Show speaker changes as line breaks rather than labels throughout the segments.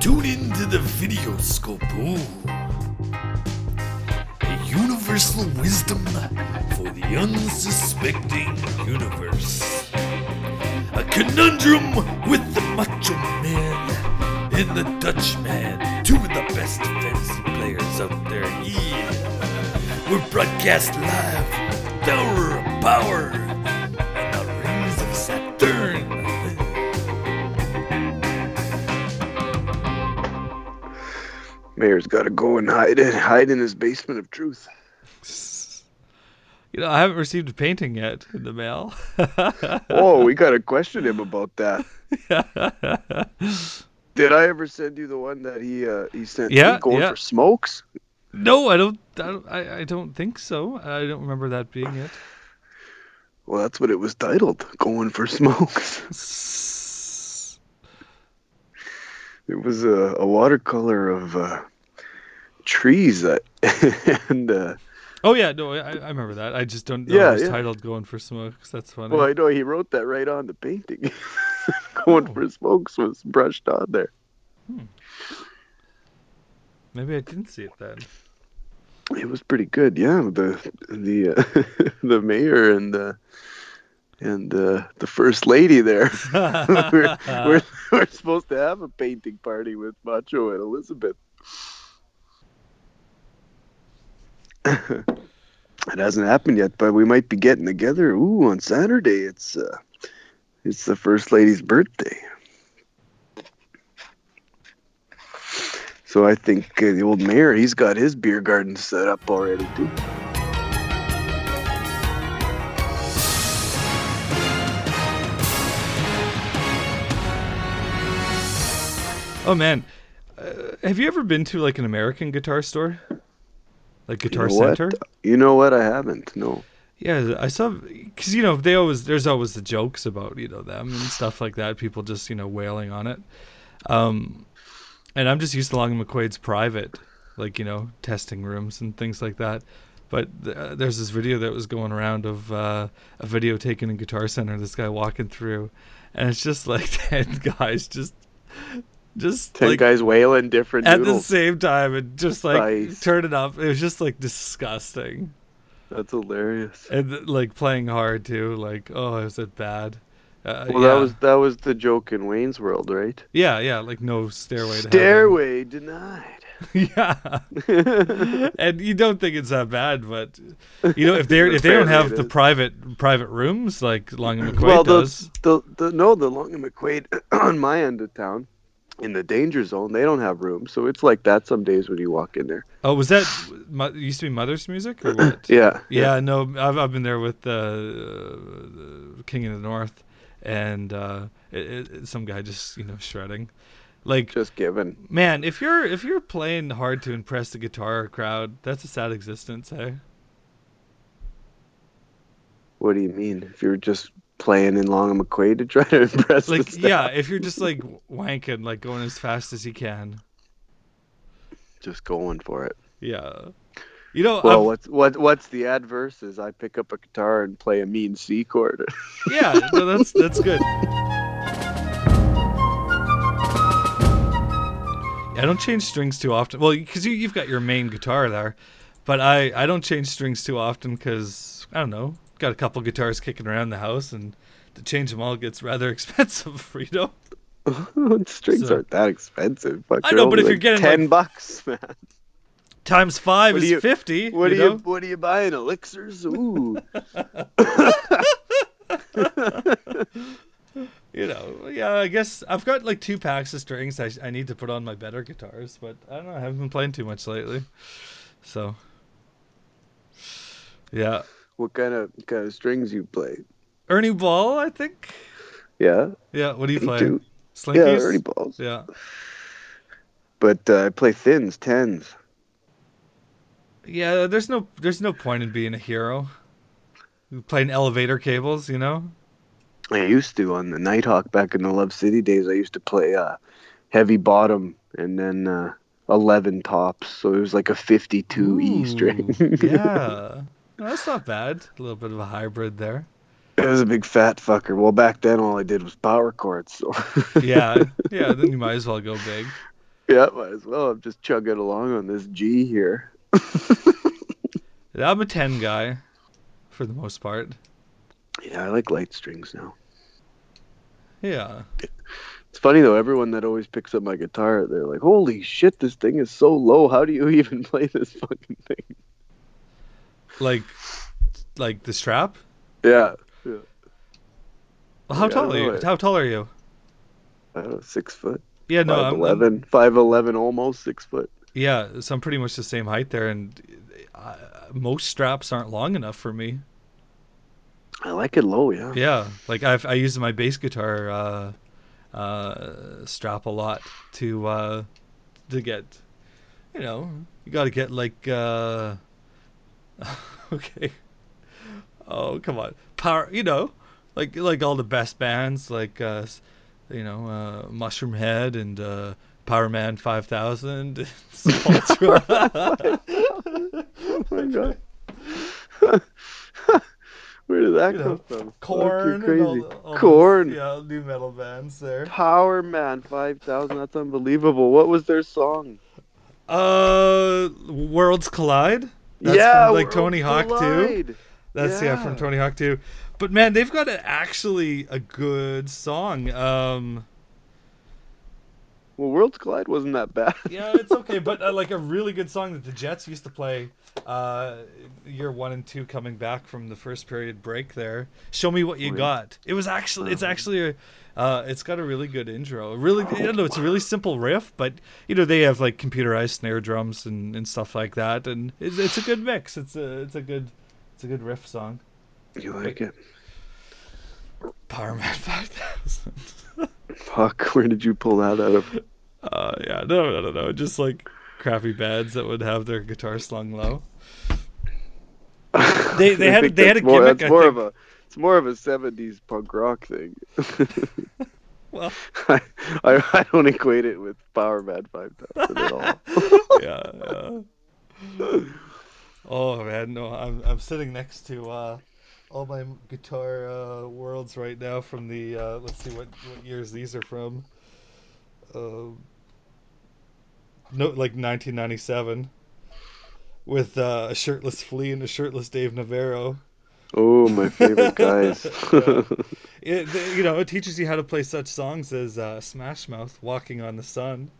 Tune in to the Videoscope. Ooh. A universal wisdom for the unsuspecting universe. A conundrum with the Macho Man and the Dutchman, two of the best fantasy players out there. Yeah. We're broadcast live, Tower of Power, and the Rings of Saturn.
Mayor's got to go and hide it, hide in his basement of truth.
You know, I haven't received a painting yet in the mail.
Oh, we got to question him about that. Did I ever send you the one that he uh, he sent
Yeah,
me going
yeah.
for smokes?
no, I don't. I don't, I, I don't think so. I don't remember that being it.
Well, that's what it was titled, going for smokes. It was a, a watercolor of uh, trees that, and uh,
Oh yeah, no, I, I remember that. I just don't know.
Yeah,
it was
yeah.
titled "Going for Smokes." That's funny.
well, I know he wrote that right on the painting. going
Oh.
for smokes was brushed on there.
Maybe I didn't see it then.
It was pretty good, yeah. The the uh, the mayor and uh, and uh, the first lady there. we're, we're, we're supposed to have a painting party with Macho and Elizabeth. it hasn't happened yet, but we might be getting together. Ooh, on Saturday, it's uh, it's the first lady's birthday. So I think uh, the old mayor, he's got his beer garden set up already too.
Oh man, uh, have you ever been to like an American guitar store, like Guitar
know what?
Center?
You know what? I haven't. No.
Yeah, I saw because you know they always there's always the jokes about you know them and stuff like that. People just you know wailing on it, um, and I'm just used to Long McQuaid's private, like you know testing rooms and things like that. But th- uh, there's this video that was going around of uh, a video taken in Guitar Center. This guy walking through, and it's just like ten guys just, just
Ten
like
guys wailing different
at the
noodles.
same time and just like
Nice.
turn it up. It was just like disgusting
That's hilarious.
and like playing hard too. Like, oh, is it bad? Uh,
Well,
yeah.
that was that was the joke in Wayne's World, right?
yeah, yeah, like no stairway. To
Stairway denied.
Heaven. yeah, and you don't think it's that bad, but you know if they are if they don't
Apparently
have
it
the
is.
private private rooms like Long and McQuaid
well,
does.
the, the the no, the Long and McQuaid on my end of town, in the danger zone, they don't have rooms, so it's like that some days when you walk in there.
Oh, was that mo- used to be Mother's Music or what?
Yeah.
Yeah, no, I've, I've been there with uh, uh, King of the North, and uh, it, it, some guy just you know shredding, like
Just given.
man. If you're if you're playing hard to impress the guitar crowd, that's a sad existence, eh? hey.
What do you mean? If you're just playing in Long and McQuaid to try to impress the
Like
staff,
yeah, if you're just like wanking, like going as fast as you can,
just going for it.
yeah. You know, um,
Well,
I've-
what's what what's the adverse is I pick up a guitar and play a mean C chord.
yeah, no, that's that's good. I don't change strings too often. Well, because you you've got your main guitar there, but I I don't change strings too often because I don't know. Got a couple guitars kicking around the house, and to change them all gets rather expensive. You know.
Strings
So-
aren't that expensive. Fuck,
I
they're
know, but
only
if you're
like
getting,
ten
like-
bucks, man.
Times five
What
is
do you-
fifty.
What
you
are you
know?
What are you buying? Elixirs? Ooh,
you know, yeah, I guess I've got like two packs of strings I, I need to put on my better guitars, but I don't know, I haven't been playing too much lately. So, yeah.
what kind of kind of strings you play?
Ernie Ball, I think.
Yeah,
Yeah, what do you
me
play?
too.
Slinkies?
Yeah, Ernie balls.
Yeah.
But uh, I play thins, tens.
Yeah, there's no there's no point in being a hero. Playing elevator cables, you know?
I used to on the Nighthawk back in the Love City days. I used to play uh, heavy bottom and then uh, eleven tops. So it was like a fifty-two E string.
Ooh, yeah. No, that's not bad. A little bit of a hybrid there.
it was a big fat fucker. Well, back then all I did was power chords. So
Yeah. Yeah, then you might as well go big.
yeah, might as well. I'm just chugging along on this G here.
I'm a 10 guy for the most part.
Yeah, I like light strings now.
Yeah.
It's funny though, everyone that always picks up my guitar, they're like, "Holy shit, this thing is so low. How do you even play this fucking thing?"
Like like the strap?
Yeah, yeah.
How
Yeah, I
tall
don't
are you?
know it.
How tall are you?
I don't know, six foot,
Yeah, no,
five
I'm, I'm-
eleven, five eleven, almost six foot.
yeah, so I'm pretty much the same height there and uh, most straps aren't long enough for me.
I like it low, yeah.
Yeah, like I've, I use my bass guitar uh, uh, strap a lot to uh, to get, you know, you got to get like uh, okay, oh come on, power, you know, like like all the best bands like uh, s- you know uh, Mushroom Head and uh, Power Man Five Thousand, Sepultura.
Oh my god. Where did that
You
come
know,
from?
Corn,
Fuck,
and
you're
all
crazy.
the- all those,
Corn.
yeah, new metal bands there.
Power Man 5000. That's unbelievable. What was their song?
Uh, Worlds Collide. That's from, like,
Worlds
Tony Hawk too?
Collide.
That's yeah. from
Yeah.
Tony Hawk 2. But man, they've got a, actually a good song. Um,
Well, Worlds Collide wasn't that bad.
yeah, it's okay, but uh, like a really good song that the Jets used to play. Uh, year one and two coming back from the first period break there. Show me what you
Oh, yeah.
got. It was actually, it's
Uh-huh.
actually a. Uh, it's got a really good intro. Really, I don't know. It's a really simple riff, but you know they have like computerized snare drums and, and stuff like that, and it's, it's a good mix. It's a it's a good it's a good riff song.
You like it?
Power Man 5000.
Fuck, where did you pull that out of?
Uh, yeah, no, I don't know. Just like crappy bands that would have their guitar slung low. They- they
I
had-
think
they had
that's
a
more,
gimmick,
That's
I
more
think.
of a it's more of a '70s punk rock thing.
Well,
I, I I don't equate it with Power Man 5000 at all.
yeah, yeah. Oh man, no, I'm I'm sitting next to uh, all my guitar uh, worlds right now from the uh, let's see what what years these are from. Um, no, like 1997, with uh, a shirtless Flea and a shirtless Dave Navarro.
Oh, my favorite guys.
Yeah. It, th- you know, it teaches you how to play such songs as uh, Smash Mouth, Walking on the Sun.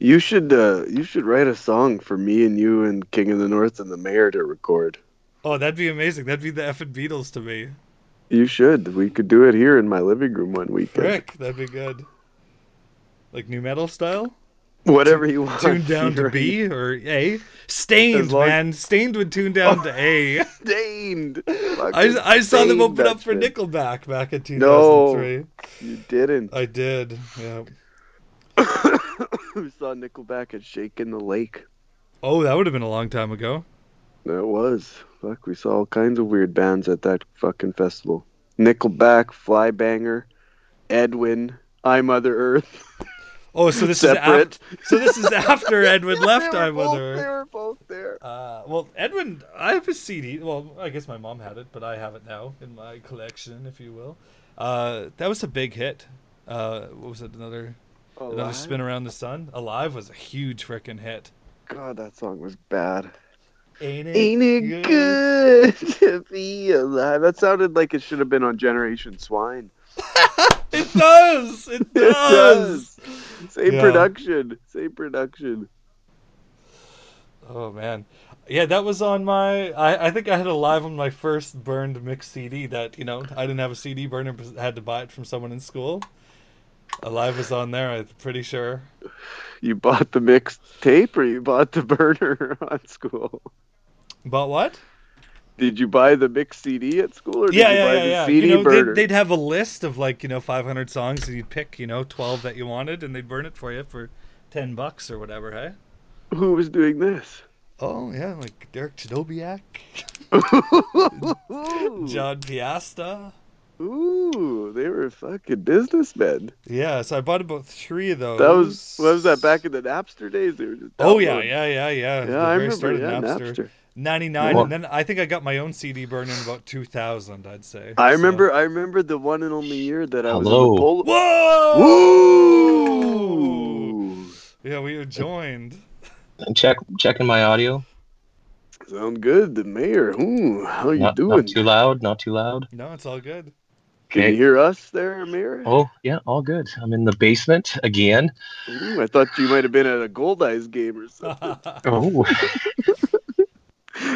you should uh, you should write a song for me and you and King of the North and the Mayor to record.
Oh, that'd be amazing. That'd be the effing Beatles to me.
You should. We could do it here in my living room one weekend.
Frick, that'd be good. Like new metal style?
Whatever you want.
Tuned down to
You're
B or A? Stained,
As long-
man. Stained would tune down to A. I
Stained. Fucking
I saw them
stained
open up for
Dutchman.
Nickelback back in
No.
2003.
You didn't.
I did. Yeah.
we saw Nickelback at Shake in the Lake.
Oh, that would have been a long time ago.
There it was. Fuck, we saw all kinds of weird bands at that fucking festival. Nickelback, Flybanger, Edwin, I Mother Earth.
Oh, so this
Separate.
is after, so this is after Edwin left
They were
I
both-
Wither.
They were both there.
Uh, well, Edwin, I have a CD. Well, I guess my mom had it, but I have it now in my collection, if you will. Uh, that was a big hit. Uh, what was it? Another another
Alive?
spin around the sun. Alive was a huge freaking hit.
God, that song was bad.
Ain't it,
Ain't it good to be alive? That sounded like it should have been on Generation Swine.
It does. It
It
does.
does. Same
Yeah.
production. Same production.
Oh man, yeah, that was on my. I, I think I had a live on my first burned mix CD. That you know, I didn't have a CD burner, but had to buy it from someone in school. Alive was on there. I'm pretty sure.
You bought the mixed tape or you bought the burner on school?
But what?
Did you buy the mixed CD at school, or did
yeah,
you
yeah,
buy
yeah,
the
yeah.
CD
you know,
burner?
they'd, they'd have a list of like you know 500 songs, and you'd pick you know 12 that you wanted, and they'd burn it for you for 10 bucks or whatever. Hey.
Who was doing this?
Oh yeah, like Derek Chidobiak, John Piasta.
Ooh, they were fucking businessmen.
Yeah, so I bought about three of those.
That was what was that back in the Napster days? They were just
Oh yeah,
downloading.
yeah, yeah, yeah.
yeah.
The
I
very
remember.
start of
Yeah, Napster.
'99,
What?
and then I think I got my own CD burn in about 2000, I'd say.
I
So-
remember. I remember the one and only year that I was in
Hello.
the Pol-
Whoa!
Woo!
Yeah, we are joined.
I'm check checking my audio.
Sound good, the mayor. Hmm, how you
Not,
doing?
not too loud. Not too loud.
No, it's all good.
Can you hear us there, mayor?
Oh yeah, all good. I'm in the basement again.
Ooh, I thought you might have been at a Gold Eyes game or something.
Oh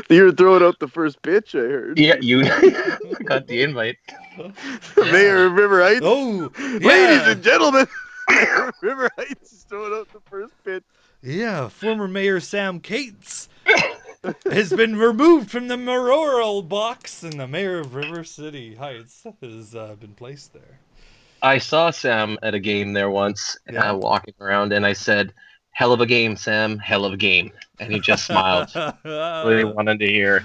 you were throwing out the first pitch, I heard.
yeah, you got the invite.
mayor of River Heights.
oh,
Ladies
yeah.
and gentlemen, Mayor of River Heights is throwing out the first pitch.
yeah, former Mayor Sam Cates has been removed from the mayoral box, and the mayor of River City Heights has uh, been placed there.
I saw Sam at a game there once,
Yeah.
uh, walking around, and I said, "Hell of a game, Sam. Hell of a game." And he just smiled. really wanted to hear.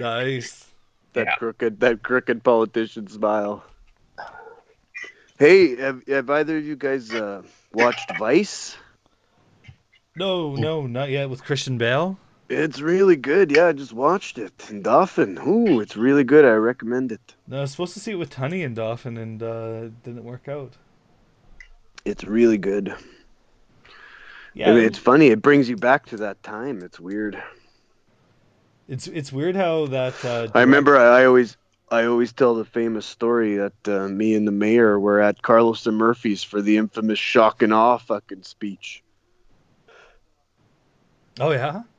nice.
That
Yeah.
crooked, that crooked politician smile. Hey, have, have either of you guys uh, watched Vice?
No, no, not yet with Christian Bale.
It's really good. Yeah, I just watched it. And Dauphin, ooh, it's really good. I recommend it.
No, I was supposed to see it with Tunny and Dauphin, and uh, it didn't work out.
It's really good.
Yeah,
And it's funny. It brings you back to that time. It's weird.
it's it's weird how that. Uh,
I remember I, I always I always tell the famous story that uh, me and the mayor were at Carlos and Murphy's for the infamous shock and awe fucking speech.
Oh yeah.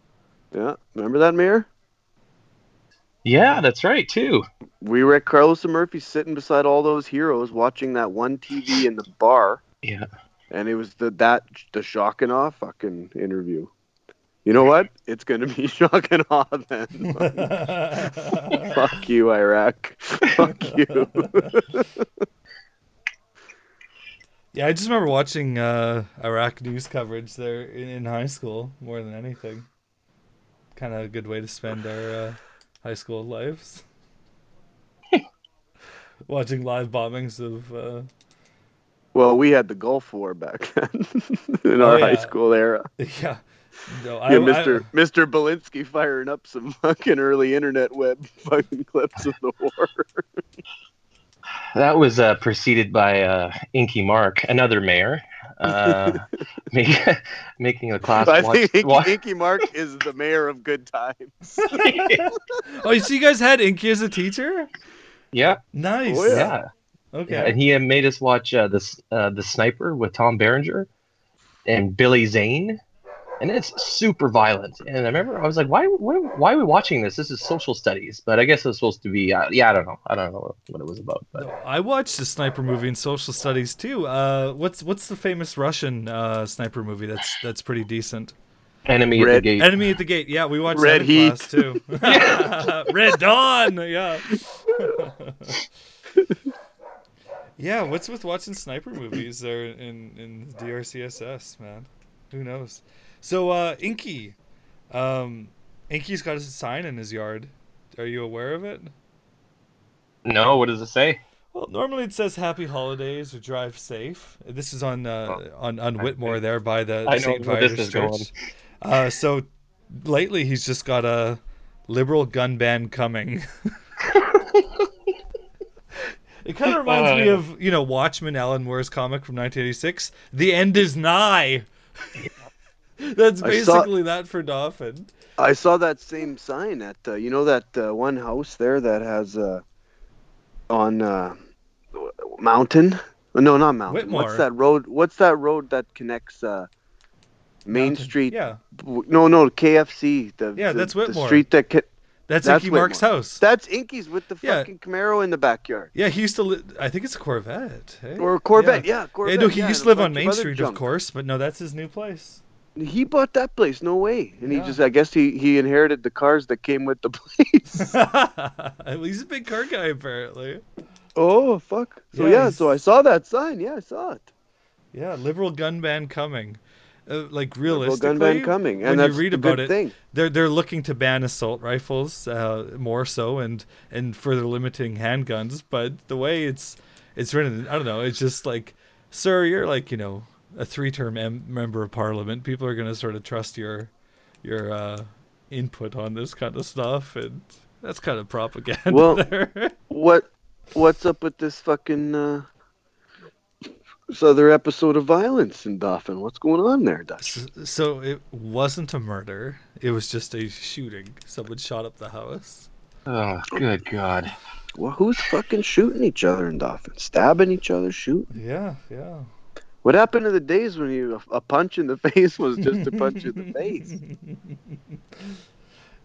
Yeah, remember that mayor?
Yeah, that's right too.
We were at Carlos and Murphy's sitting beside all those heroes watching that one TV in the bar.
Yeah.
And it was the that the shock and awe fucking interview. You know what? It's gonna be shock and awe then. Fuck you, Iraq. Fuck you.
yeah, I just remember watching uh, Iraq news coverage there in, in high school more than anything. Kind of a good way to spend our uh, high school lives. watching live bombings of. Uh...
well, we had the Gulf War back then in
Oh,
our
yeah.
high school era.
Yeah. No, I,
Yeah,
I-
Mr. Mr. Belinsky firing up some fucking early internet web fucking clips of the war.
That was uh, preceded by uh, Inky Mark, another mayor, uh, make, making a class
I
watch.
think Inky,
watch-
Inky Mark is the mayor of good times.
oh, so you guys had Inky as a teacher?
yeah,
Nice.
Oh,
yeah,
yeah.
Okay.
yeah. And he uh, made us watch uh, this uh, the sniper with Tom Berenger and Billy Zane, and it's super violent. And I remember I was like, why, why, why are we watching this? This is social studies, but I guess it was supposed to be. Uh, yeah, I don't know. I don't know what it was about, but
No, I watched a sniper movie in social studies too. Uh, what's what's the famous Russian uh, sniper movie that's that's pretty decent?
enemy at the
Red-
gate.
Enemy at the Gate. Yeah, we watched
Red
that in class too. Red Dawn. Yeah. yeah. What's with watching sniper movies there in in DRCSS, man? Who knows? So uh, Inky, um, Inky's got a sign in his yard. Are you aware of it?
no, what does it say?
Well, normally it says "Happy Holidays" or "Drive Safe." This is on uh, on on Whitmore there by the,
I
the
know
St.
where this
Vitus
is going.
Church. Uh, so lately, he's just got a liberal gun ban coming. it kind of reminds me
Oh.
of you know Watchmen, Alan Moore's comic from 1986. The end is nigh. That's
I saw-
basically that for Dauphin.
I saw that same sign at uh, you know that uh, one house there that has uh, on uh, w- Mountain. Uh, No, not Mountain.
Whitmore.
What's that road? What's that road that connects uh, Main
Mountain.
Street?
Yeah,
No, no, KFC. The,
Yeah,
the-
that's
The
Whitmore.
street that. Ca-
that's,
That's
Inky Mark's
Whitmore.
house.
that's Inky's with the
Yeah.
fucking Camaro in the backyard.
Yeah, he used to. Li- I think it's a Corvette. eh?
Or Corvette, yeah, Corvette.
yeah, no, he
yeah,
used
and
to
a
live on
bunch
Main
other
Street, of
junk.
course, but no, that's his new place.
He bought that place, no way. And
Yeah.
he just, I guess he, he inherited the cars that came with the place.
He's a big car guy, apparently.
oh, fuck. So,
Yeah,
yeah,
he's-
so I saw that sign. Yeah, I saw it.
Yeah, liberal gun ban coming. Uh, like
Well,
realistically,
gun ban coming.
when
And
you
that's
read
the
about
good
it,
thing.
they're they're looking to ban assault rifles uh, more so, and and further limiting handguns. But the way it's it's written, I don't know. It's just like, sir, you're like you know a three-term M- member of parliament. People are gonna sort of trust your your uh, input on this kind of stuff, and that's kind of propaganda.
Well-
there.
What, what's up with this fucking uh, this other episode of violence in Dauphin? What's going on there, Dutch?
S- So it wasn't a murder. It was just a shooting. Someone shot up the house.
Oh, good God.
Well, who's fucking shooting each other in Dauphin? Stabbing each other, shooting?
Yeah, yeah.
What happened to the days when you a punch in the face was just a punch in the face?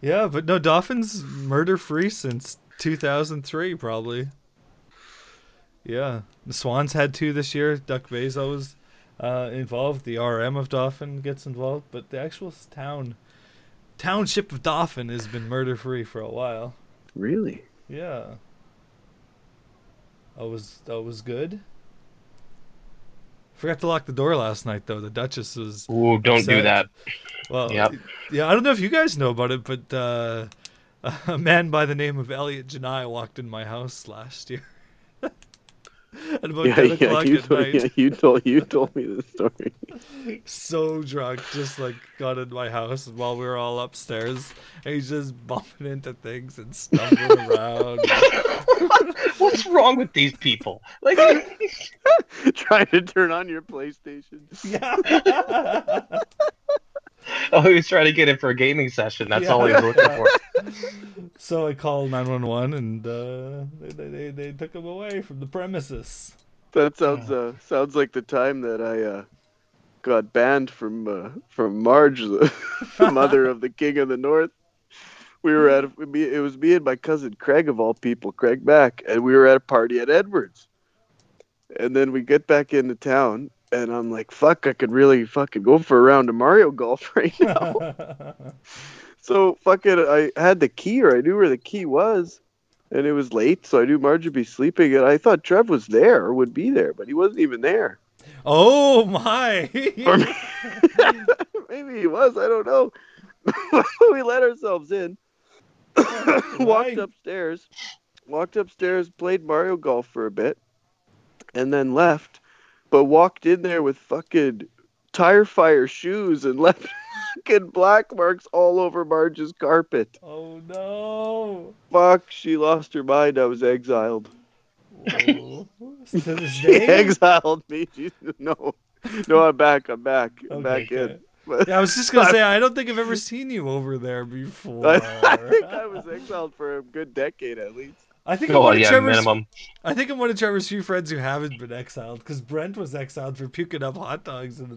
Yeah, but no, Dauphin's murder free since 2003, probably. Yeah. The Swans had two this year. Duck Bay's always uh, involved. The RM of Dauphin gets involved, but the actual s- town, township of Dauphin has been murder free for a while.
Really?
Yeah. That was that was good. Forgot to lock the door last night though. The Duchess was
Ooh, don't do
Upset.
that.
well.
Yep.
Yeah, I don't know if you guys know about it, but uh, a man by the name of Elliot Janai walked in my house last year. At about
yeah,
ten
yeah.
o'clock
You
at
told,
night,
yeah, you told you told me the story.
so drunk, just like got in my house while we were all upstairs, and he's just bumping into things and stumbling around.
What's wrong with these people? Like,
Trying to turn on your PlayStation.
Yeah.
oh, he's trying to get in for a gaming session. That's all he
Yeah.
was looking for.
So I called 911 and uh, they, they, they, they took him away from the premises.
That sounds uh, sounds like the time that I uh, got banned from uh, from Marge, the the mother of the King of the North. We were at a, me- it was me and my cousin Craig of all people, Craig Mack, and we were at a party at Edwards. And then we get back into town, and I'm like, "Fuck, I could really fucking go for a round of Mario Golf right now." So fucking, I had the key, or I knew where the key was, and it was late, so I knew Marge would be sleeping, and I thought Trev was there or would be there, but he wasn't even there.
oh my!
Or may- maybe he was, I don't know. we let ourselves in, walked
Right.
upstairs, walked upstairs, played Mario Golf for a bit, and then left, but walked in there with fucking tire fire shoes and left fucking black marks all over Marge's carpet.
Oh no!
Fuck, she lost her mind. I was exiled.
Oh. to this
She
day?
exiled me. She, no, no, I'm back. I'm back. I'm
Okay,
back in.
good.
But
Yeah, I was just gonna say I don't think I've ever seen you over there before.
I, I think I was exiled for a good decade at least.
I think I'm
Oh,
one of
yeah,
Trevor's-
minimum.
I think I'm one of Trevor's few friends who haven't been exiled because Brent was exiled for puking up hot dogs in the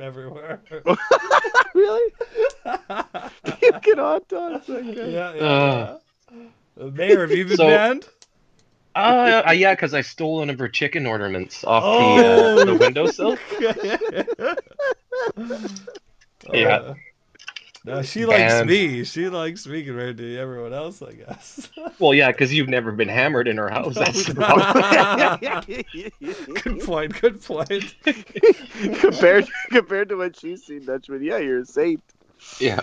everywhere.
really?
yeah,
You get hot dogs like that?
yeah.
Uh.
yeah. Uh, Mayor, have you been
So-
banned?
Uh, uh, yeah, because I stole one of her chicken ornaments off the,
Oh.
uh, the windowsill. Yeah.
Uh, no, she likes
Banned.
me. She likes me compared to everyone else, I guess.
Well, yeah, because you've never been hammered in her house. That's the problem.
uh,
good point. Good point.
compared compared to what she's seen, Dutchman. Yeah, you're a saint.
Yeah.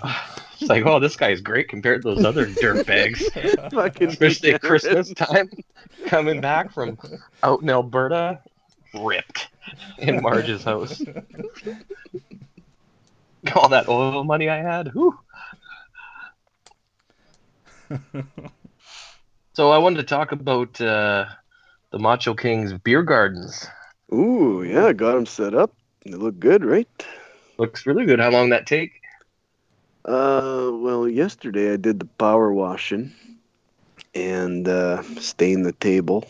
It's like, oh, this guy is great compared to those other dirtbags.
Fucking
Especially
degenerate.
at Christmas time, coming back from out in Alberta, ripped in Marge's house. All that oil money I had. Whew. so I wanted to talk about uh, the Macho King's beer gardens.
Ooh, yeah, got him set up. They look good, right?
Looks really good. How long that take?
Uh, well, yesterday I did the power washing and uh, stained the table.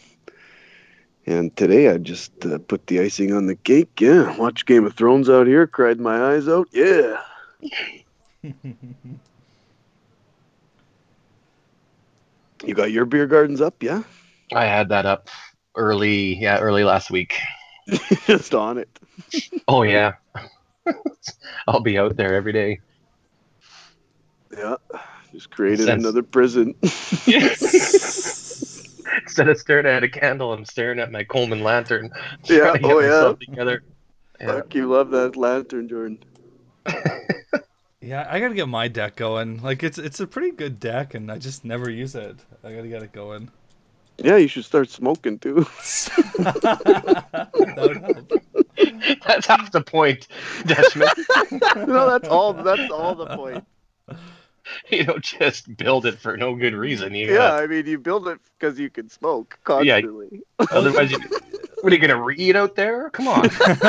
And today I just uh, put the icing on the cake. Yeah, watch Game of Thrones out here, cried my eyes out. Yeah. You got your beer gardens up, yeah?
I had that up early, yeah, early last week.
just on it.
Oh yeah, I'll be out there every day.
Yeah. Just created
Sense.
another prison.
Instead of staring at a candle, I'm staring at my Coleman lantern.
Yeah,
trying to
oh, yeah.
myself Together. Yeah.
Fuck, you love that lantern, Jordan.
yeah, I gotta get my deck going. Like it's it's a pretty good deck, and I just never use it. I gotta get it going.
Yeah, you should start smoking too.
that would help.
That's half the point, Dutchman.
no, that's all. That's all the point.
you don't just build it for no good reason. You
Yeah,
yeah.
I mean, you build it because you can smoke
Yeah.
constantly.
Otherwise, you, What are you gonna read out there? Come on.
What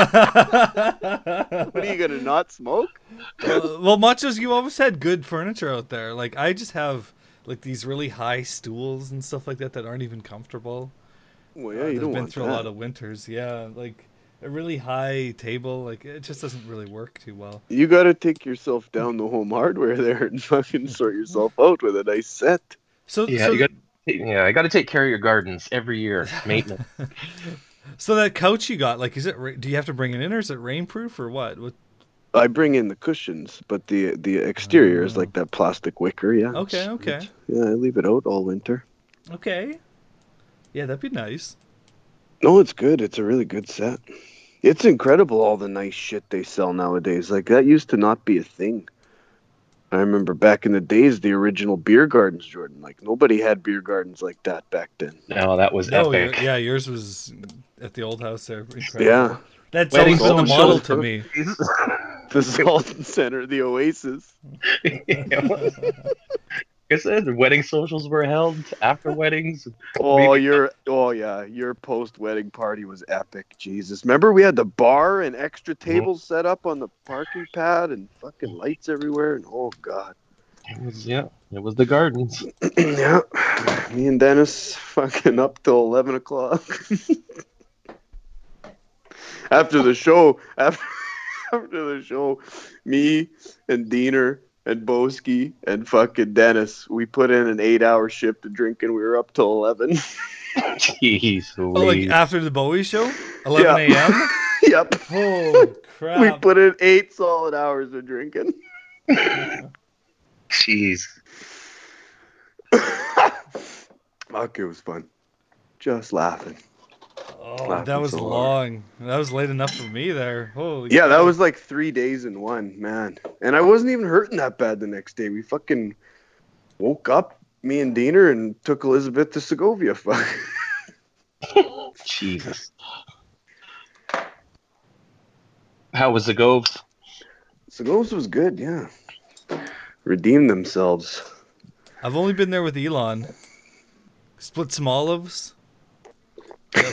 are you gonna not smoke?
Uh, well, much as you always had good furniture out there, like I just have like these really high stools and stuff like that that aren't even comfortable.
Well,
Uh,
yeah, you
there's
don't
been
want
through
that.
a lot of winters. Yeah, like a really high table, like it just doesn't really work too well.
You gotta take yourself down the home hardware there and fucking sort yourself out with a nice set.
So
Yeah,
so,
you got. Yeah, I got to take care of your gardens every year. Maintenance.
so that couch you got, like, is it? ra- Do you have to bring it in, or is it rainproof, or what? What?
I bring in the cushions, but the the exterior is
Oh.
like that plastic wicker. Yeah.
Okay,
it's-
okay.
it's- Yeah, I leave it out all winter.
Okay. Yeah, that'd be nice.
No, it's good. It's a really good set. It's incredible all the nice shit they sell nowadays. Like that used to not be a thing. I remember back in the days, the original beer gardens, Jordan. Like nobody had beer gardens like that back then.
No, that was
No, Oh, your-
epic.
yeah, yours was at the old house there. Incredible.
Yeah,
that's
Well,
always
it's
been the
always
model
shown
to
for-
me.
the Salton Center, the Oasis.
I said wedding socials were held after weddings.
Oh, your oh yeah, your post wedding party was epic. Jesus, remember we had the bar and extra tables set up on the parking pad and fucking lights everywhere. And oh god,
It was yeah, it was the gardens.
yeah, me and Dennis fucking up till eleven o'clock. after the show, after after the show, me and Diener and Boski and fucking Dennis, we put in an eight-hour shift of drinking. We were up till eleven.
Jeez,
Oh, like
Louise.
after the Bowie show, 11
Yeah.
a.m.
yep.
Oh
We
crap!
put in eight solid hours of drinking.
jeez.
Fuck, it was fun. Just laughing.
Oh,
Laughed
that was
so hard.
long. That was late enough for me there. Holy
Yeah, that
cow.
was like three days in one, man. And I wasn't even hurting that bad the next day. We fucking woke up, me and Diener, and took Elizabeth to Segovia. Fuck.
Jesus. How was the go?
Segovia was good, yeah. Redeemed themselves.
I've only been there with Elon. Split some olives.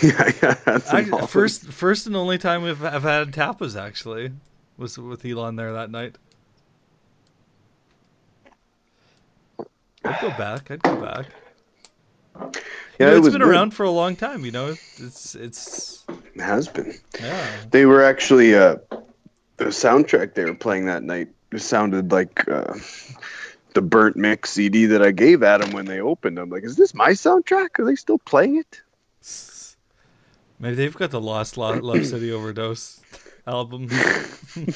yeah, yeah, that's
I,
involved.
first, first and only time we've I've had tapas actually was with Elon there that night. I'd go back. I'd go back.
yeah,
you know,
it
it's
was
been
good.
around for a long time. You know, it's it's
It has been.
yeah.
They were actually uh, the soundtrack they were playing that night sounded like uh, the burnt mix CD that I gave Adam when they opened. I'm like, is this my soundtrack? Are they still playing it?
Maybe they've got the Lost Lo- Love City overdose album.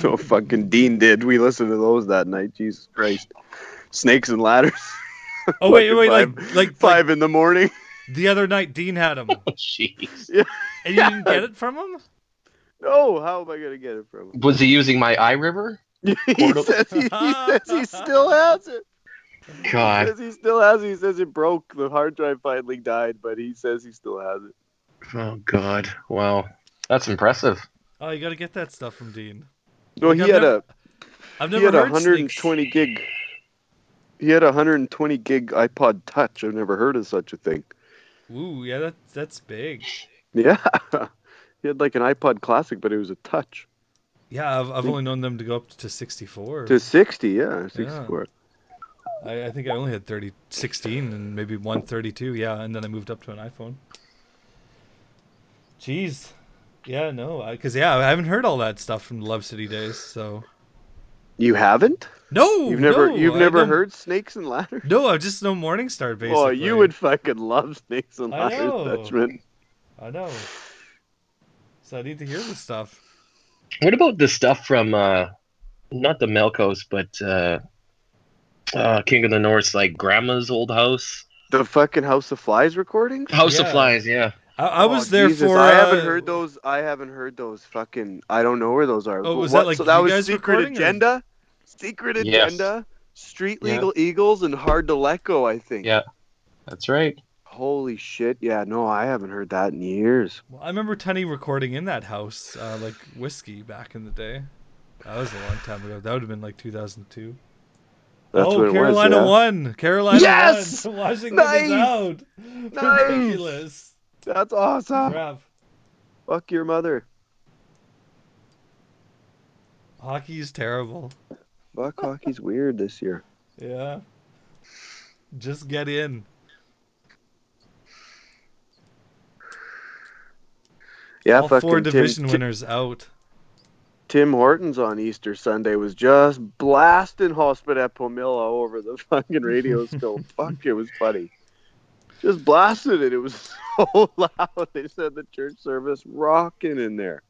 no, fucking Dean did. We listened to those that night. Jesus Christ, Snakes and Ladders.
Oh wait, wait,
Five-
like like like
Five in the morning.
the other night Dean had him,
Oh, jeez.
and you didn't get it from him.
No, Oh, how am I gonna get it from him?
Was he using my eye river?
he, says he, he says he still has it. He
God.
says he still has it. He says it broke. The hard drive finally died, but he says he still has it.
Oh God. Wow. That's impressive.
Oh, you got to get that stuff from Dean.
No,
Like,
he
I've
had
never-
a
I've
he
never
had a
heard Snake
120 gig. He had a 120 gig iPod Touch. I've never heard of such a thing.
Ooh, yeah, that that's big.
Yeah, he had like an iPod Classic, but it was a Touch
Yeah, I've, I've only known them to go up to 64.
to 60. Yeah, 64.
I, I think I only had 30, 16 and maybe one 32. Yeah, and then I moved up to an iPhone. Jeez. Yeah, no, because yeah, I haven't heard all that stuff from the Love City days. So
You haven't?
no,
You've never
no,
you've
I
never
don't-
heard Snakes and Ladders?
No, I've just known Morningstar basically.
Oh, you would fucking love Snakes and
I
Ladders,
know.
Dutchman.
I know. So I need to hear this stuff.
What about the stuff from uh not the Melcos, but uh uh King of the North's like grandma's old house?
The fucking House of Flies recordings?
House
Yeah.
of Flies, yeah.
I, I
Oh,
was there
Jesus,
for.
I haven't
uh,
heard those. I haven't heard those. Fucking, I don't know where those are.
Oh,
But
was
what-
that, like,
so that
you
was
guys
Secret
recording, or-
Agenda, Secret
Yes.
Agenda, Street
Yeah.
Legal Eagles, and Hard to Let Go. I think.
Yeah. That's right.
Holy shit! Yeah, no, I haven't heard that in years.
Well, I remember Tunny recording in that house, uh, like whiskey back in the day. That was a long time ago. That would have been like 2002.
That's
oh,
what it
Carolina
was.
won. Carolina
Yes!
won. Washington is
Nice!
out.
Nice!
Ridiculous.
Yeah. That's awesome.
Crap.
Fuck your mother.
Hockey's terrible.
Fuck hockey's weird this year.
Yeah. Just get in.
Yeah,
All
fucking
four
Tim-
division
Tim,
winners out.
Tim Hortons on Easter Sunday was just blasting Hospital Pomilla over the fucking radio still. Fuck, it was funny. Just blasted it. It was so loud. They said the church service rocking in there.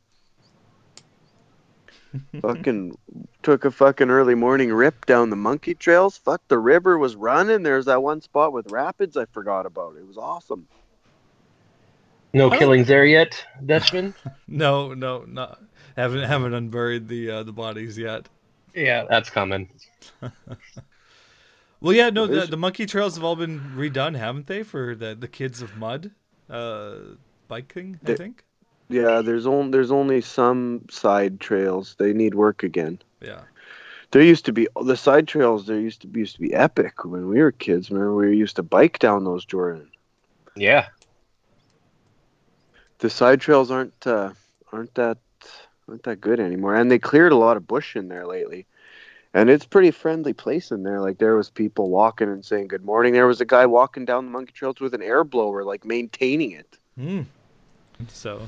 fucking took a fucking early morning rip down the monkey trails. Fuck, the river was running. There's that one spot with rapids I forgot about. It was awesome.
No
don't-
killings there yet, Dutchman.
No, no, not haven't haven't unburied the uh, the bodies yet.
yeah, that's coming.
Well, yeah, no, the,
Division-
the monkey trails have all been redone, haven't they, for the the kids of mud uh, bike thing? I
They-
think.
Yeah, there's only there's only some side trails. They need work again.
Yeah.
There used to be the side trails. There used to be used to be epic when we were kids. Remember, we used to bike down those, Jordan.
Yeah,
The side trails aren't uh, aren't that aren't that good anymore. And they cleared a lot of bush in there lately. And it's pretty friendly place in there. Like there was people walking and saying good morning. There was a guy walking down the monkey trails with an air blower, like maintaining it.
Hmm. So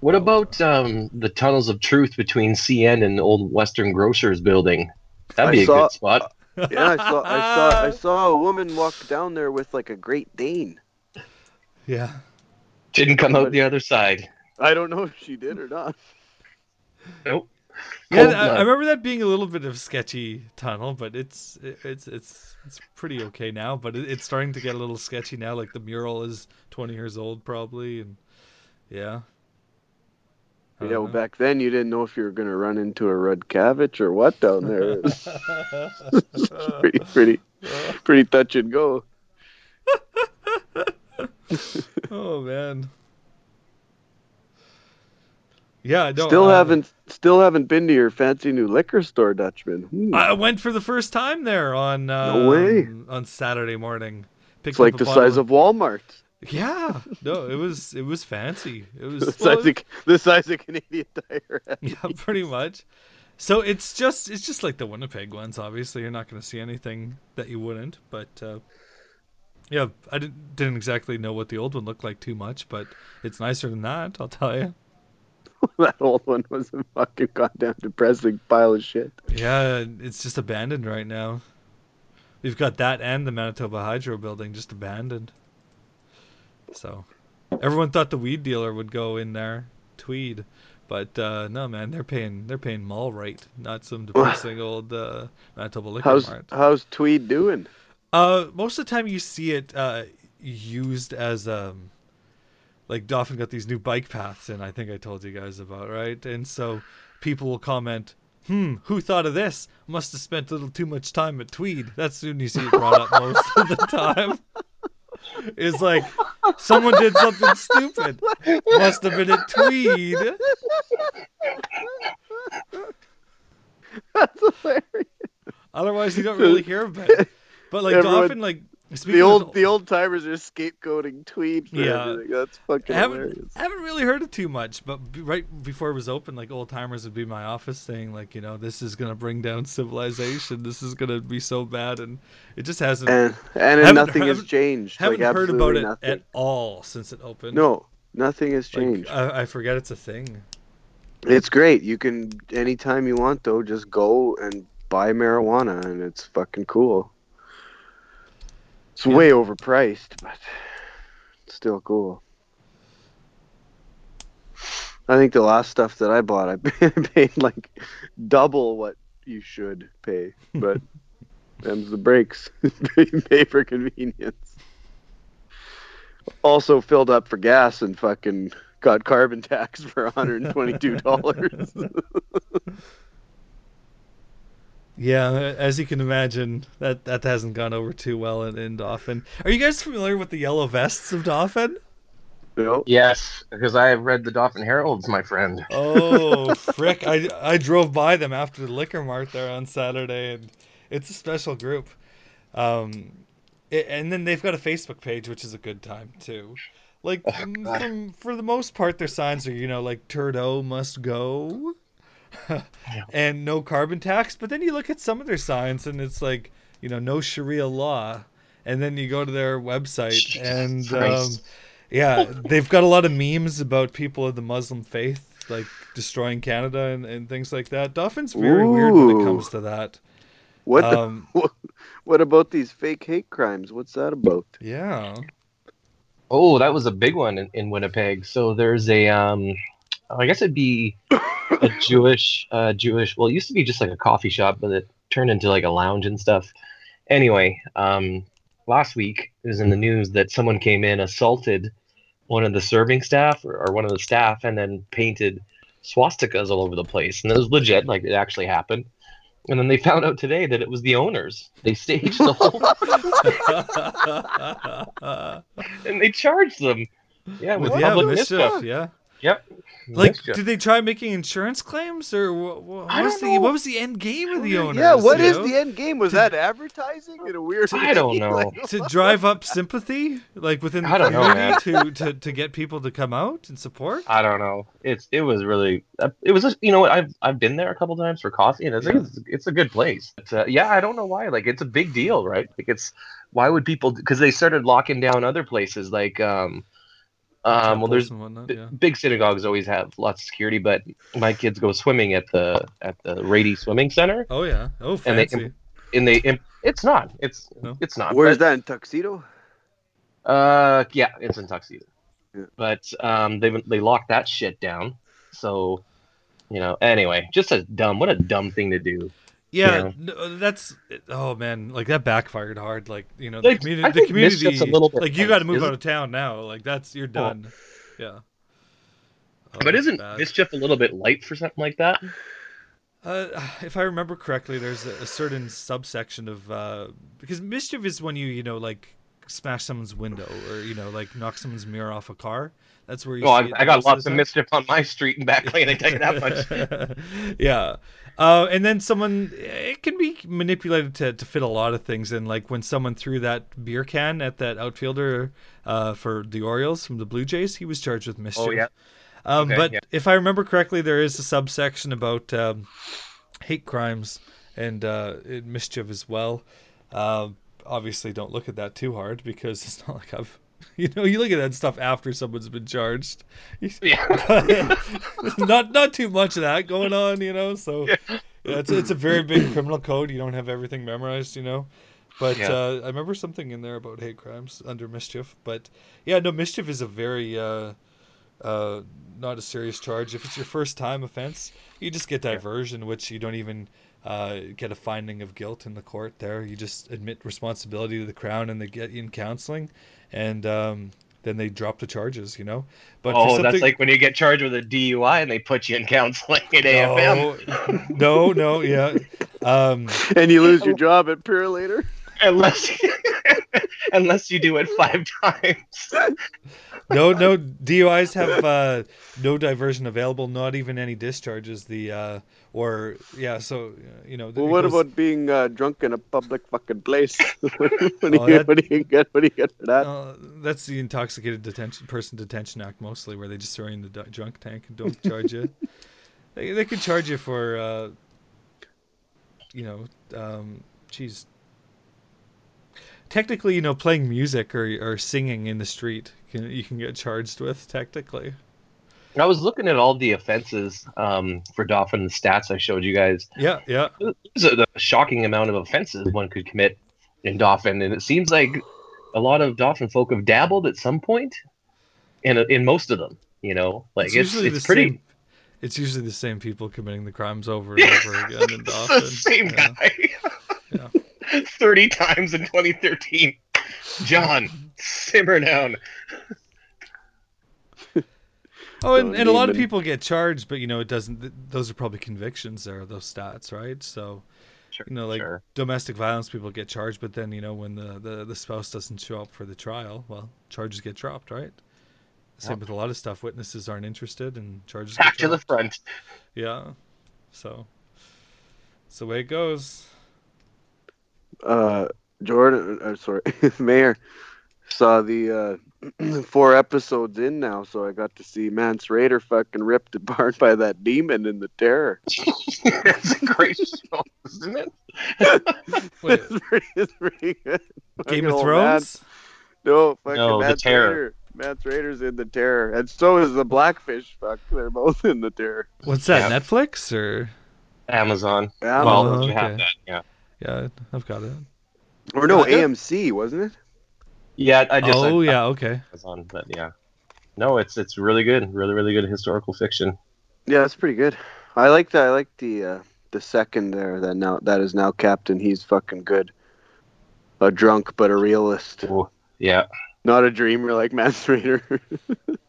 What about um, the tunnels of truth between CN and the old Western Grocers building? That'd
I
be a
saw-
good spot.
Yeah, I saw I saw I saw a woman walk down there with like a Great Dane.
yeah.
Didn't come out the other side.
I don't know if she did or not.
Nope.
Yeah,
Cold
I, I
blood.
remember that being a little bit of sketchy tunnel, but it's it's it's it's pretty okay now. But it, it's starting to get a little sketchy now. Like the mural is twenty years old probably, and yeah. Uh-huh. I
Yeah,
don't
well,
know.
back then you didn't know if you were going to run into a Rudkavich or what down there. It was pretty, pretty, pretty touch and go.
oh man. Yeah, no.
still
uh,
haven't, still haven't been to your fancy new liquor store, Dutchman. Hmm.
I went for the first time there on uh,
No way.
on Saturday morning.
it's like the size of Walmart.
yeah. No, it was it was fancy. It was
The
well,
size of, the size of Canadian Tire.
yeah, pretty much. So it's just it's just like the Winnipeg ones. Obviously, you're not going to see anything that you wouldn't. But uh, yeah, I didn't, didn't exactly know what the old one looked like too much, but it's nicer than that. I'll tell you.
that old one was a fucking goddamn depressing pile of shit.
Yeah, it's just abandoned right now. We've got that and the Manitoba Hydro building just abandoned. So everyone thought the weed dealer would go in there, tweed, but uh, no, man, they're paying they're paying mall rate, not some depressing old uh, Manitoba liquor
How's
mart.
how's Tweed doing?
Uh, most of the time you see it uh, used as um, like Dauphin got these new bike paths, and I think I told you guys about right. And so people will comment, "Hmm, who thought of this? Must have spent a little too much time at Tweed." That's when you see it brought up most of the time. It's like someone did something stupid. Must have been at Tweed.
That's hilarious.
Otherwise, you don't really hear about it. But like
Everyone-
Dauphin, like speaking
The
of
old the old timers are scapegoating Tweed for
Yeah.
everything. That's fucking
I haven't,
hilarious.
I haven't really heard it too much, but b- right before it was open, like old timers would be in my office saying, like, you know, this is gonna bring down civilization. This is gonna be so bad, and it just hasn't
and and
Haven't-
nothing has
haven't-
changed.
haven't
like,
heard about
absolutely
it
nothing.
at all since it opened.
No, nothing has
Like, uh,
changed.
I, I forget it's a thing.
it's great. You can anytime you want though, just go and buy marijuana, and it's fucking cool. It's
Yeah.
way overpriced, but it's still cool. I think the last stuff that I bought, I paid like double what you should pay, but them's the breaks. you pay for convenience. Also filled up for gas and fucking got carbon tax for 122 dollars.
Yeah, as you can imagine, that that hasn't gone over too well in, in Dauphin. Are you guys familiar with the yellow vests of Dauphin?
no,
Yes, because I have read the Dauphin Heralds, my friend.
Oh, frick. I, I drove by them after the liquor mart there on Saturday, and it's a special group. Um, a- and then they've got a Facebook page, which is a good time, too. Like
Oh,
m- from, for the most part, their signs are you know like Turdo must go, and no carbon tax. But then you look at some of their signs and it's like you know no Sharia law, and then you go to their website
Jesus
and um,
Christ.
yeah, they've got a lot of memes about people of the Muslim faith like destroying Canada and, and things like that. Doffin's very weird when it
Ooh.
comes to that.
What the,
Um,
what about these fake hate crimes? What's that about?
yeah.
Oh, that was a big one in, in Winnipeg. So there's a, um, I guess it'd be a Jewish, uh, Jewish. Well, it used to be just like a coffee shop, but it turned into like a lounge and stuff. Anyway, um, last week it was in the news that someone came in, assaulted one of the serving staff or, or one of the staff, and then painted swastikas all over the place. And it was legit, like it actually happened. And then they found out today that it was the owners. They staged the whole, and they charged them. Yeah, with
yeah,
public
mischief,
mischief.
yeah.
Yep.
Like,
Mischief.
did they try making insurance claims, or what, what,
I
was
don't
the
know.
what was the end game of the owners?
yeah, what
you
is
know?
the end game? Was that advertising in a weird?
I don't
way?
know.
Like,
to drive up sympathy, like within the
I don't know, Uh,
community, to, to to get people to come out and support?
I don't know. It's it was really uh, it was just you know what I've I've been there a couple times for coffee and it's like, it's, it's a good place. But, uh, yeah, I don't know why. Like it's a big deal, right? Like it's why would people because they started locking down other places like um um well
Temples
there's
and whatnot,
b-
yeah.
big synagogues always have lots of security, but my kids go swimming at the at the Rady Swimming Center
Oh yeah, oh
and they-
fancy.
and they and it's not it's
No?
it's not
Where's
but-
that in tuxedo?
Uh, yeah, it's in Tuxedo.
Yeah.
But um, they they locked that shit down. So, you know. Anyway, just a dumb. What a dumb thing to do.
yeah,
Yeah.
no, that's oh man, like that backfired hard. Like you know, the
Like, I
community, the
think mischief's
community,
a little bit
like you got to move
isn't-
out of town now. Like that's you're done. Yeah. Oh,
but
that's
isn't
bad.
mischief a little bit light for something like that?
Uh, if I remember correctly, there's a, a certain subsection of uh, because mischief is when you you know like smash someone's window or you know like knock someone's mirror off a car. That's where you.
Well, Oh, I,
see it
I
most
got lots
the
of
time.
mischief on my street and back lane. I tell you that much.
yeah. Uh, and then someone, it can be manipulated to, to fit a lot of things in. Like when someone threw that beer can at that outfielder uh, for the Orioles from the Blue Jays, he was charged with mischief.
Oh, yeah.
Um,
Okay,
but
yeah.
if I remember correctly, there is a subsection about um, hate crimes and uh, and mischief as well. Um obviously, don't look at that too hard because it's not like I've. You know, you look at that stuff after someone's been charged.
Yeah.
not not too much of that going on, you know. So yeah. it's it's a very big criminal code. You don't have everything memorized, you know. But
Yeah.
uh, I remember something in there about hate crimes under mischief. But yeah, no, mischief is a very uh, uh, not a serious charge. If it's your first time offense, you just get diversion, which you don't even uh, get a finding of guilt in the court. There, you just admit responsibility to the crown, and they get you in counseling, and um, then they drop the charges. You know, but for
Oh, that's
something-
like when you get charged with a DUI and they put you in counseling at AFM.
no, no, no, yeah. Um,
And you lose your job at Pure later.
Unless, unless you do it five times.
no, no. DUIs have uh, no diversion available, not even any discharges. The uh, or yeah, so uh, you know.
Well,
it
what
goes-
about being uh, drunk in a public fucking place? what, do
Oh,
you,
that-
what do you get? What do you get for that?
Uh, that's the intoxicated detention person detention act mostly, where they just throw you in the d- drunk tank and don't charge you. They, they could charge you for, uh, you know, um, geez. Technically, you know, playing music or, or singing in the street, you can, you can get charged with technically.
I was looking at all the offenses um, for Dauphin the stats I showed you guys.
Yeah, yeah.
There's a, a shocking amount of offenses one could commit in Dauphin, and it seems like a lot of Dauphin folk have dabbled at some point, in in most of them. You know, like it's it's,
the
pretty
Same, it's usually the same people committing the crimes over and over again. And
it's
often.
the same
yeah.
guy. Thirty times in 2013. John, simmer down.
Oh, and,
Don't
and a lot of
even-
people get charged, but you know it doesn't. th- Those are probably convictions. There, those stats, right? So,
Sure,
you know, like
sure.
domestic violence people get charged, but then you know when the, the the spouse doesn't show up for the trial, well, charges get dropped, right? Same
Yep.
with a lot of stuff. Witnesses aren't interested, and charges
Back
get
to the
dropped.
front.
Yeah, so it's the way it goes.
uh, Jordan, uh, sorry, Mayor. saw the uh, four episodes in now, so I got to see Mance Raider fucking ripped apart by that demon in the terror.
That's a great show, isn't it?
Wait,
it's, pretty, it's pretty good.
Game
Fucking
of
old
Thrones?
Mance- No, fucking
No, The
Mance
Terror.
Raider. Mance Raider's in the terror, and so is the Blackfish. Fuck, they're both in the terror.
What's that?
Yeah.
Netflix or
Amazon.
Amazon.
well,
Oh,
you have
okay.
that. Yeah.
yeah, I've got it.
or no,
was it?
AMC wasn't it?
Yeah. I just.
oh
I-
yeah, okay.
Amazon, but yeah. No, it's it's really good, really really good historical fiction.
Yeah, that's pretty good. I like the I like the uh, the second there that now that is now captain. He's fucking good. A drunk but a realist,
Ooh, yeah.
not a dreamer like Mass Raider.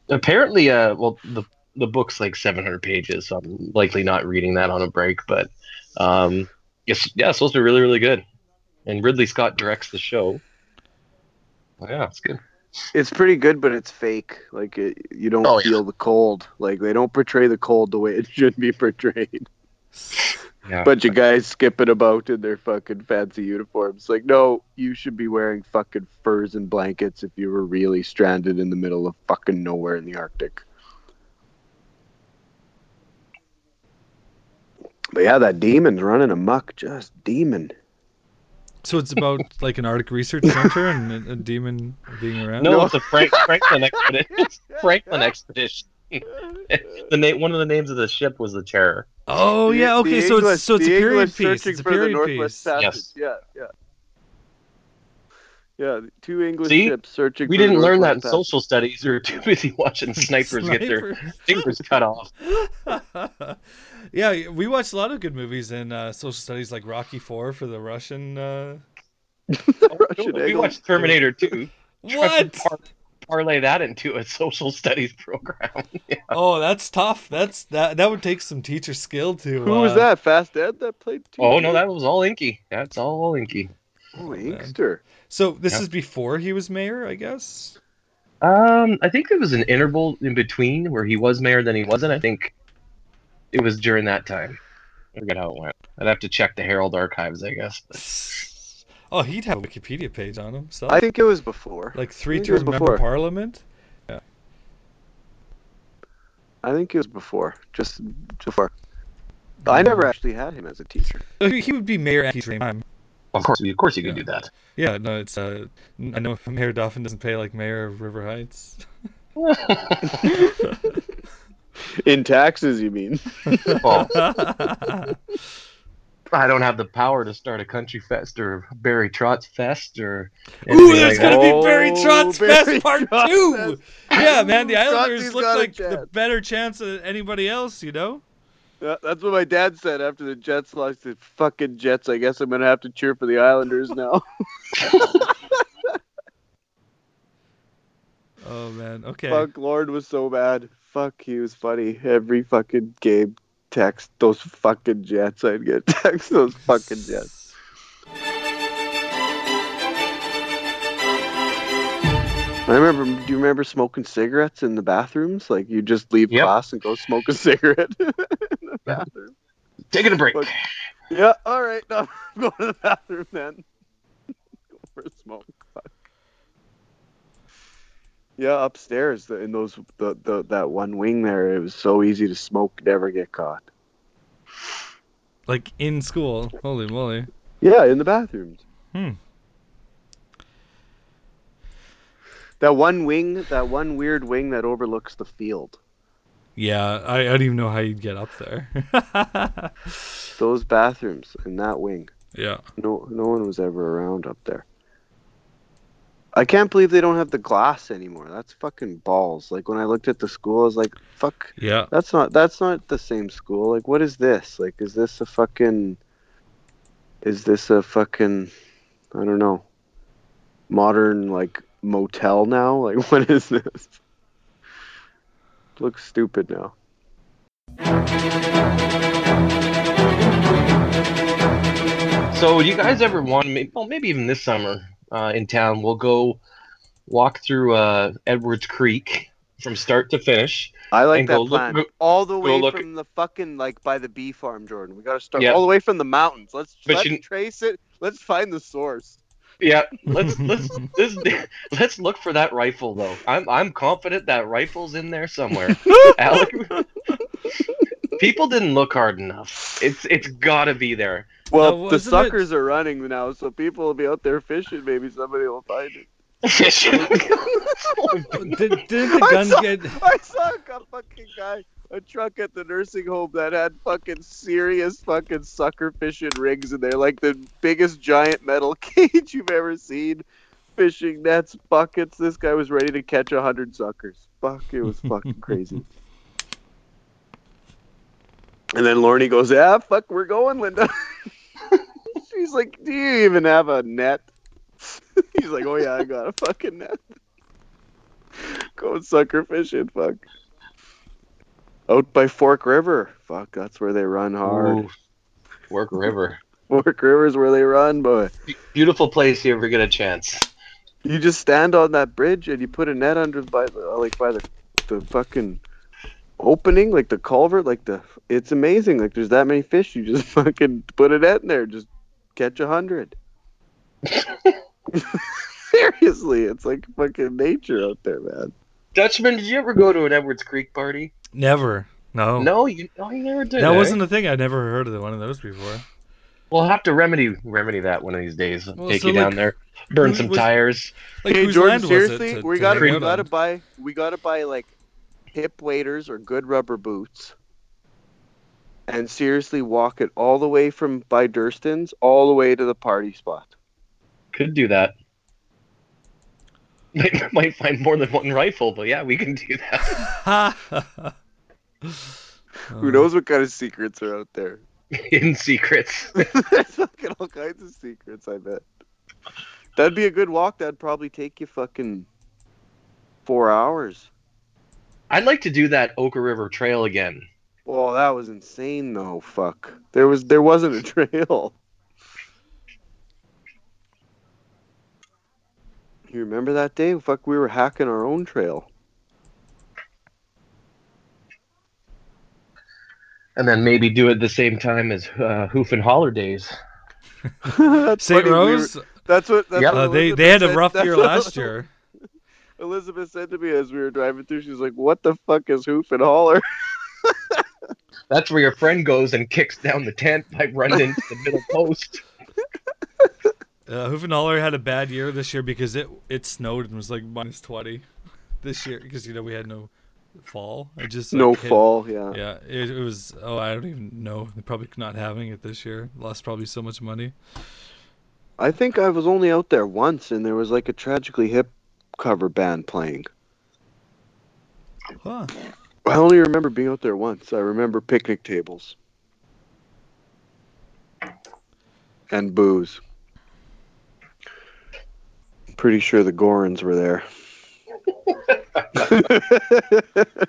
Apparently, uh, well, the the book's like 700 pages, so I'm likely not reading that on a break. But um, it's yeah, it's supposed to be really really good. And Ridley Scott directs the show. Oh, Yeah, it's good.
it's pretty good, but it's fake. Like it, you don't
Oh, yeah.
feel the cold. Like they don't portray the cold the way it should be portrayed.
Yeah.
Bunch of guys skipping about in their fucking fancy uniforms. Like, no, you should be wearing fucking furs and blankets if you were really stranded in the middle of fucking nowhere in the Arctic. But yeah, that demon's running amok, just demon.
So it's about like an Arctic research center and a, a demon being around.
no,
No.
it's the Frank, Franklin expedition. Franklin expedition. the name, one of the names of the ship was the Terror.
Oh
The-
yeah,
the
okay. So it's
English-
so it's a
the
period
English
piece.
searching
It's a
for the
period
Northwest
piece.
Passage.
Yes.
Yeah, yeah. Yeah, the two English
See?
ships searching
We
for the
didn't learn that in
Northwest Passage.
social studies. We were too busy watching snipers get their fingers cut off.
yeah, we watched a lot of good movies in uh, social studies, like Rocky Four for the Russian. Uh...
Russian
we
angle.
watched Terminator 2. Try to
What?
Par- parlay that into a social studies program.
Oh, that's tough. That's that. That would take some teacher skill to.
Who was
uh,
that? Fast Ed that played. Two
oh no, that uh, was all Inky. That's all Inky.
oh, Inkster.
So this
Yeah.
is before he was mayor, I guess.
Um, I think there was an interval in between where he was mayor, then he wasn't. I think it was during that time. I forget how it went. I'd have to check the Herald archives, I guess.
Oh, he'd have a Wikipedia page on him. So
I think it was before.
like
I
three
think it was
term member
before.
parliament.
I think it was before. Just before. I never actually had him as a teacher.
He he would be mayor at the same time.
Of course, of course, you could do that.
Yeah, no, it's uh, I know Mayor Dauphin doesn't pay like Mayor of River Heights.
In taxes, you mean?
oh, I don't have the power to start a country fest or Barry Trotz fest or.
Ooh,
anything
there's
that.
gonna be Barry
Oh,
Trotz
Barry
Fest Part
Trotz
Two. Yeah, man, the
Ooh,
Islanders
Trotzy's
look
got a
like the
chance.
better chance than anybody else, you know.
Yeah, That's what my dad said after the Jets lost. The fucking Jets. I guess I'm gonna have to cheer for the Islanders now.
Oh man, okay.
Fuck, Lord was so bad. Fuck, he was funny. Every fucking game, text those fucking Jets. I'd get text those fucking Jets. I remember. Do you remember smoking cigarettes in the bathrooms? Like you just leave
Yep.
class and go smoke a cigarette in the bathroom.
Taking a break.
Fuck. Yeah. All right. No, I'm going to the bathroom then. go for a smoke. Fuck. Yeah, upstairs the- in those the, the that one wing there, it was so easy to smoke, never get caught.
Like in school, holy moly.
Yeah, in the bathrooms.
Hmm.
That one wing, that one weird wing that overlooks the field.
Yeah, I, I don't even know how you'd get up there.
Those bathrooms in that wing.
yeah.
No, no one was ever around up there. I can't believe they don't have the glass anymore. That's fucking balls. Like when I looked at the school, I was like, "Fuck,
Yeah.
that's not that's not the same school. Like, what is this? Like, is this a fucking, is this a fucking, I don't know, modern like motel now? Like, what is this? Looks stupid now.
So, do you guys ever want to? Maybe, well, maybe even this summer uh, in town, we'll go walk through uh, Edwards Creek from start to finish.
I like
And
that
go look-
plan.
go-
all the way
look-
from the fucking like by the bee farm, Jordan. We gotta start
Yeah.
all the way from the mountains. Let's
But
let's
you-
trace it. Let's find the source.
Yeah, let's let's this, let's look for that rifle though. I'm I'm confident that rifle's in there somewhere. Alec, people didn't look hard enough. It's it's gotta be there.
Well,
Now,
the
wasn't it-
suckers are running now, so people will be out there fishing. Maybe somebody will find it.
Did, didn't the
I
guns
saw-
get?
I saw a fucking guy, a truck at the nursing home that had fucking serious fucking sucker fishing rigs in there, like the biggest giant metal cage you've ever seen. Fishing nets, buckets. This guy was ready to catch a hundred suckers. Fuck, it was fucking crazy. And then Lorne goes, "Ah, fuck, we're going, Linda." She's like, "Do you even have a net?" He's like, "Oh yeah, I got a fucking net." Go sucker fishing, fuck. Out by Fork River. Fuck, that's where they run hard.
Ooh, Work River,
Fork River's where they run, boy.
beautiful place. You ever get a chance?
You just stand on that bridge and you put a net under by the like by the the fucking opening, like the culvert, like the it's amazing. Like there's that many fish, you just fucking put a net in there, just catch a hundred. Seriously, it's like fucking nature out there, man.
Dutchman, did you ever go to an Edwards Creek party?
Never. No.
No, you no, you never did.
Oh. That
eh?
wasn't a thing. I'd never heard of one of those before.
We'll have to remedy remedy that one of these days.
Well,
Take
so,
you down
like,
there, burn
who
some
was-
tires.
Like,
hey
whose
Jordan,
land was it
seriously,
to-
we
to
gotta
hang
we
out
gotta
on?
buy we gotta buy like hip waders or good rubber boots, and seriously walk it all the way from by Durston's all the way to the party spot.
Could do that. Might, might find more than one rifle, but yeah, we can do that.
Uh-huh.
Who knows what kind of secrets are out there?
Hidden secrets.
There's fucking all kinds of secrets. I bet. That'd be a good walk. That'd probably take you fucking four hours.
I'd like to do that Oka River Trail again.
Oh, that was insane though. Fuck. There was there wasn't a trail. You remember that day? Fuck, we were hacking our own trail.
and then maybe do it the same time as uh, Hoof and Holler days.
That's
St.
funny, we were-
Uh, Rose.
that's what. That's
Yep.
what
uh, they
Elizabeth
they had a
said-
rough
that's
year
what
last year.
Elizabeth said to me as we were driving through, she's like, "What the fuck is hoof and holler?"
That's where your friend goes and kicks down the tent by running into the middle post.
Uh, Hoofenhaller had a bad year this year because it it snowed and was like minus twenty this year because you know we had no fall. It just like,
no
hit-
fall. Yeah.
Yeah, it, it was. Oh, I don't even know. They're probably not having it this year. Lost probably so much money.
I think I was only out there once, and there was like a tragically hip cover band playing.
Huh.
I only remember being out there once. I remember picnic tables and booze. Pretty sure the Gorons were there.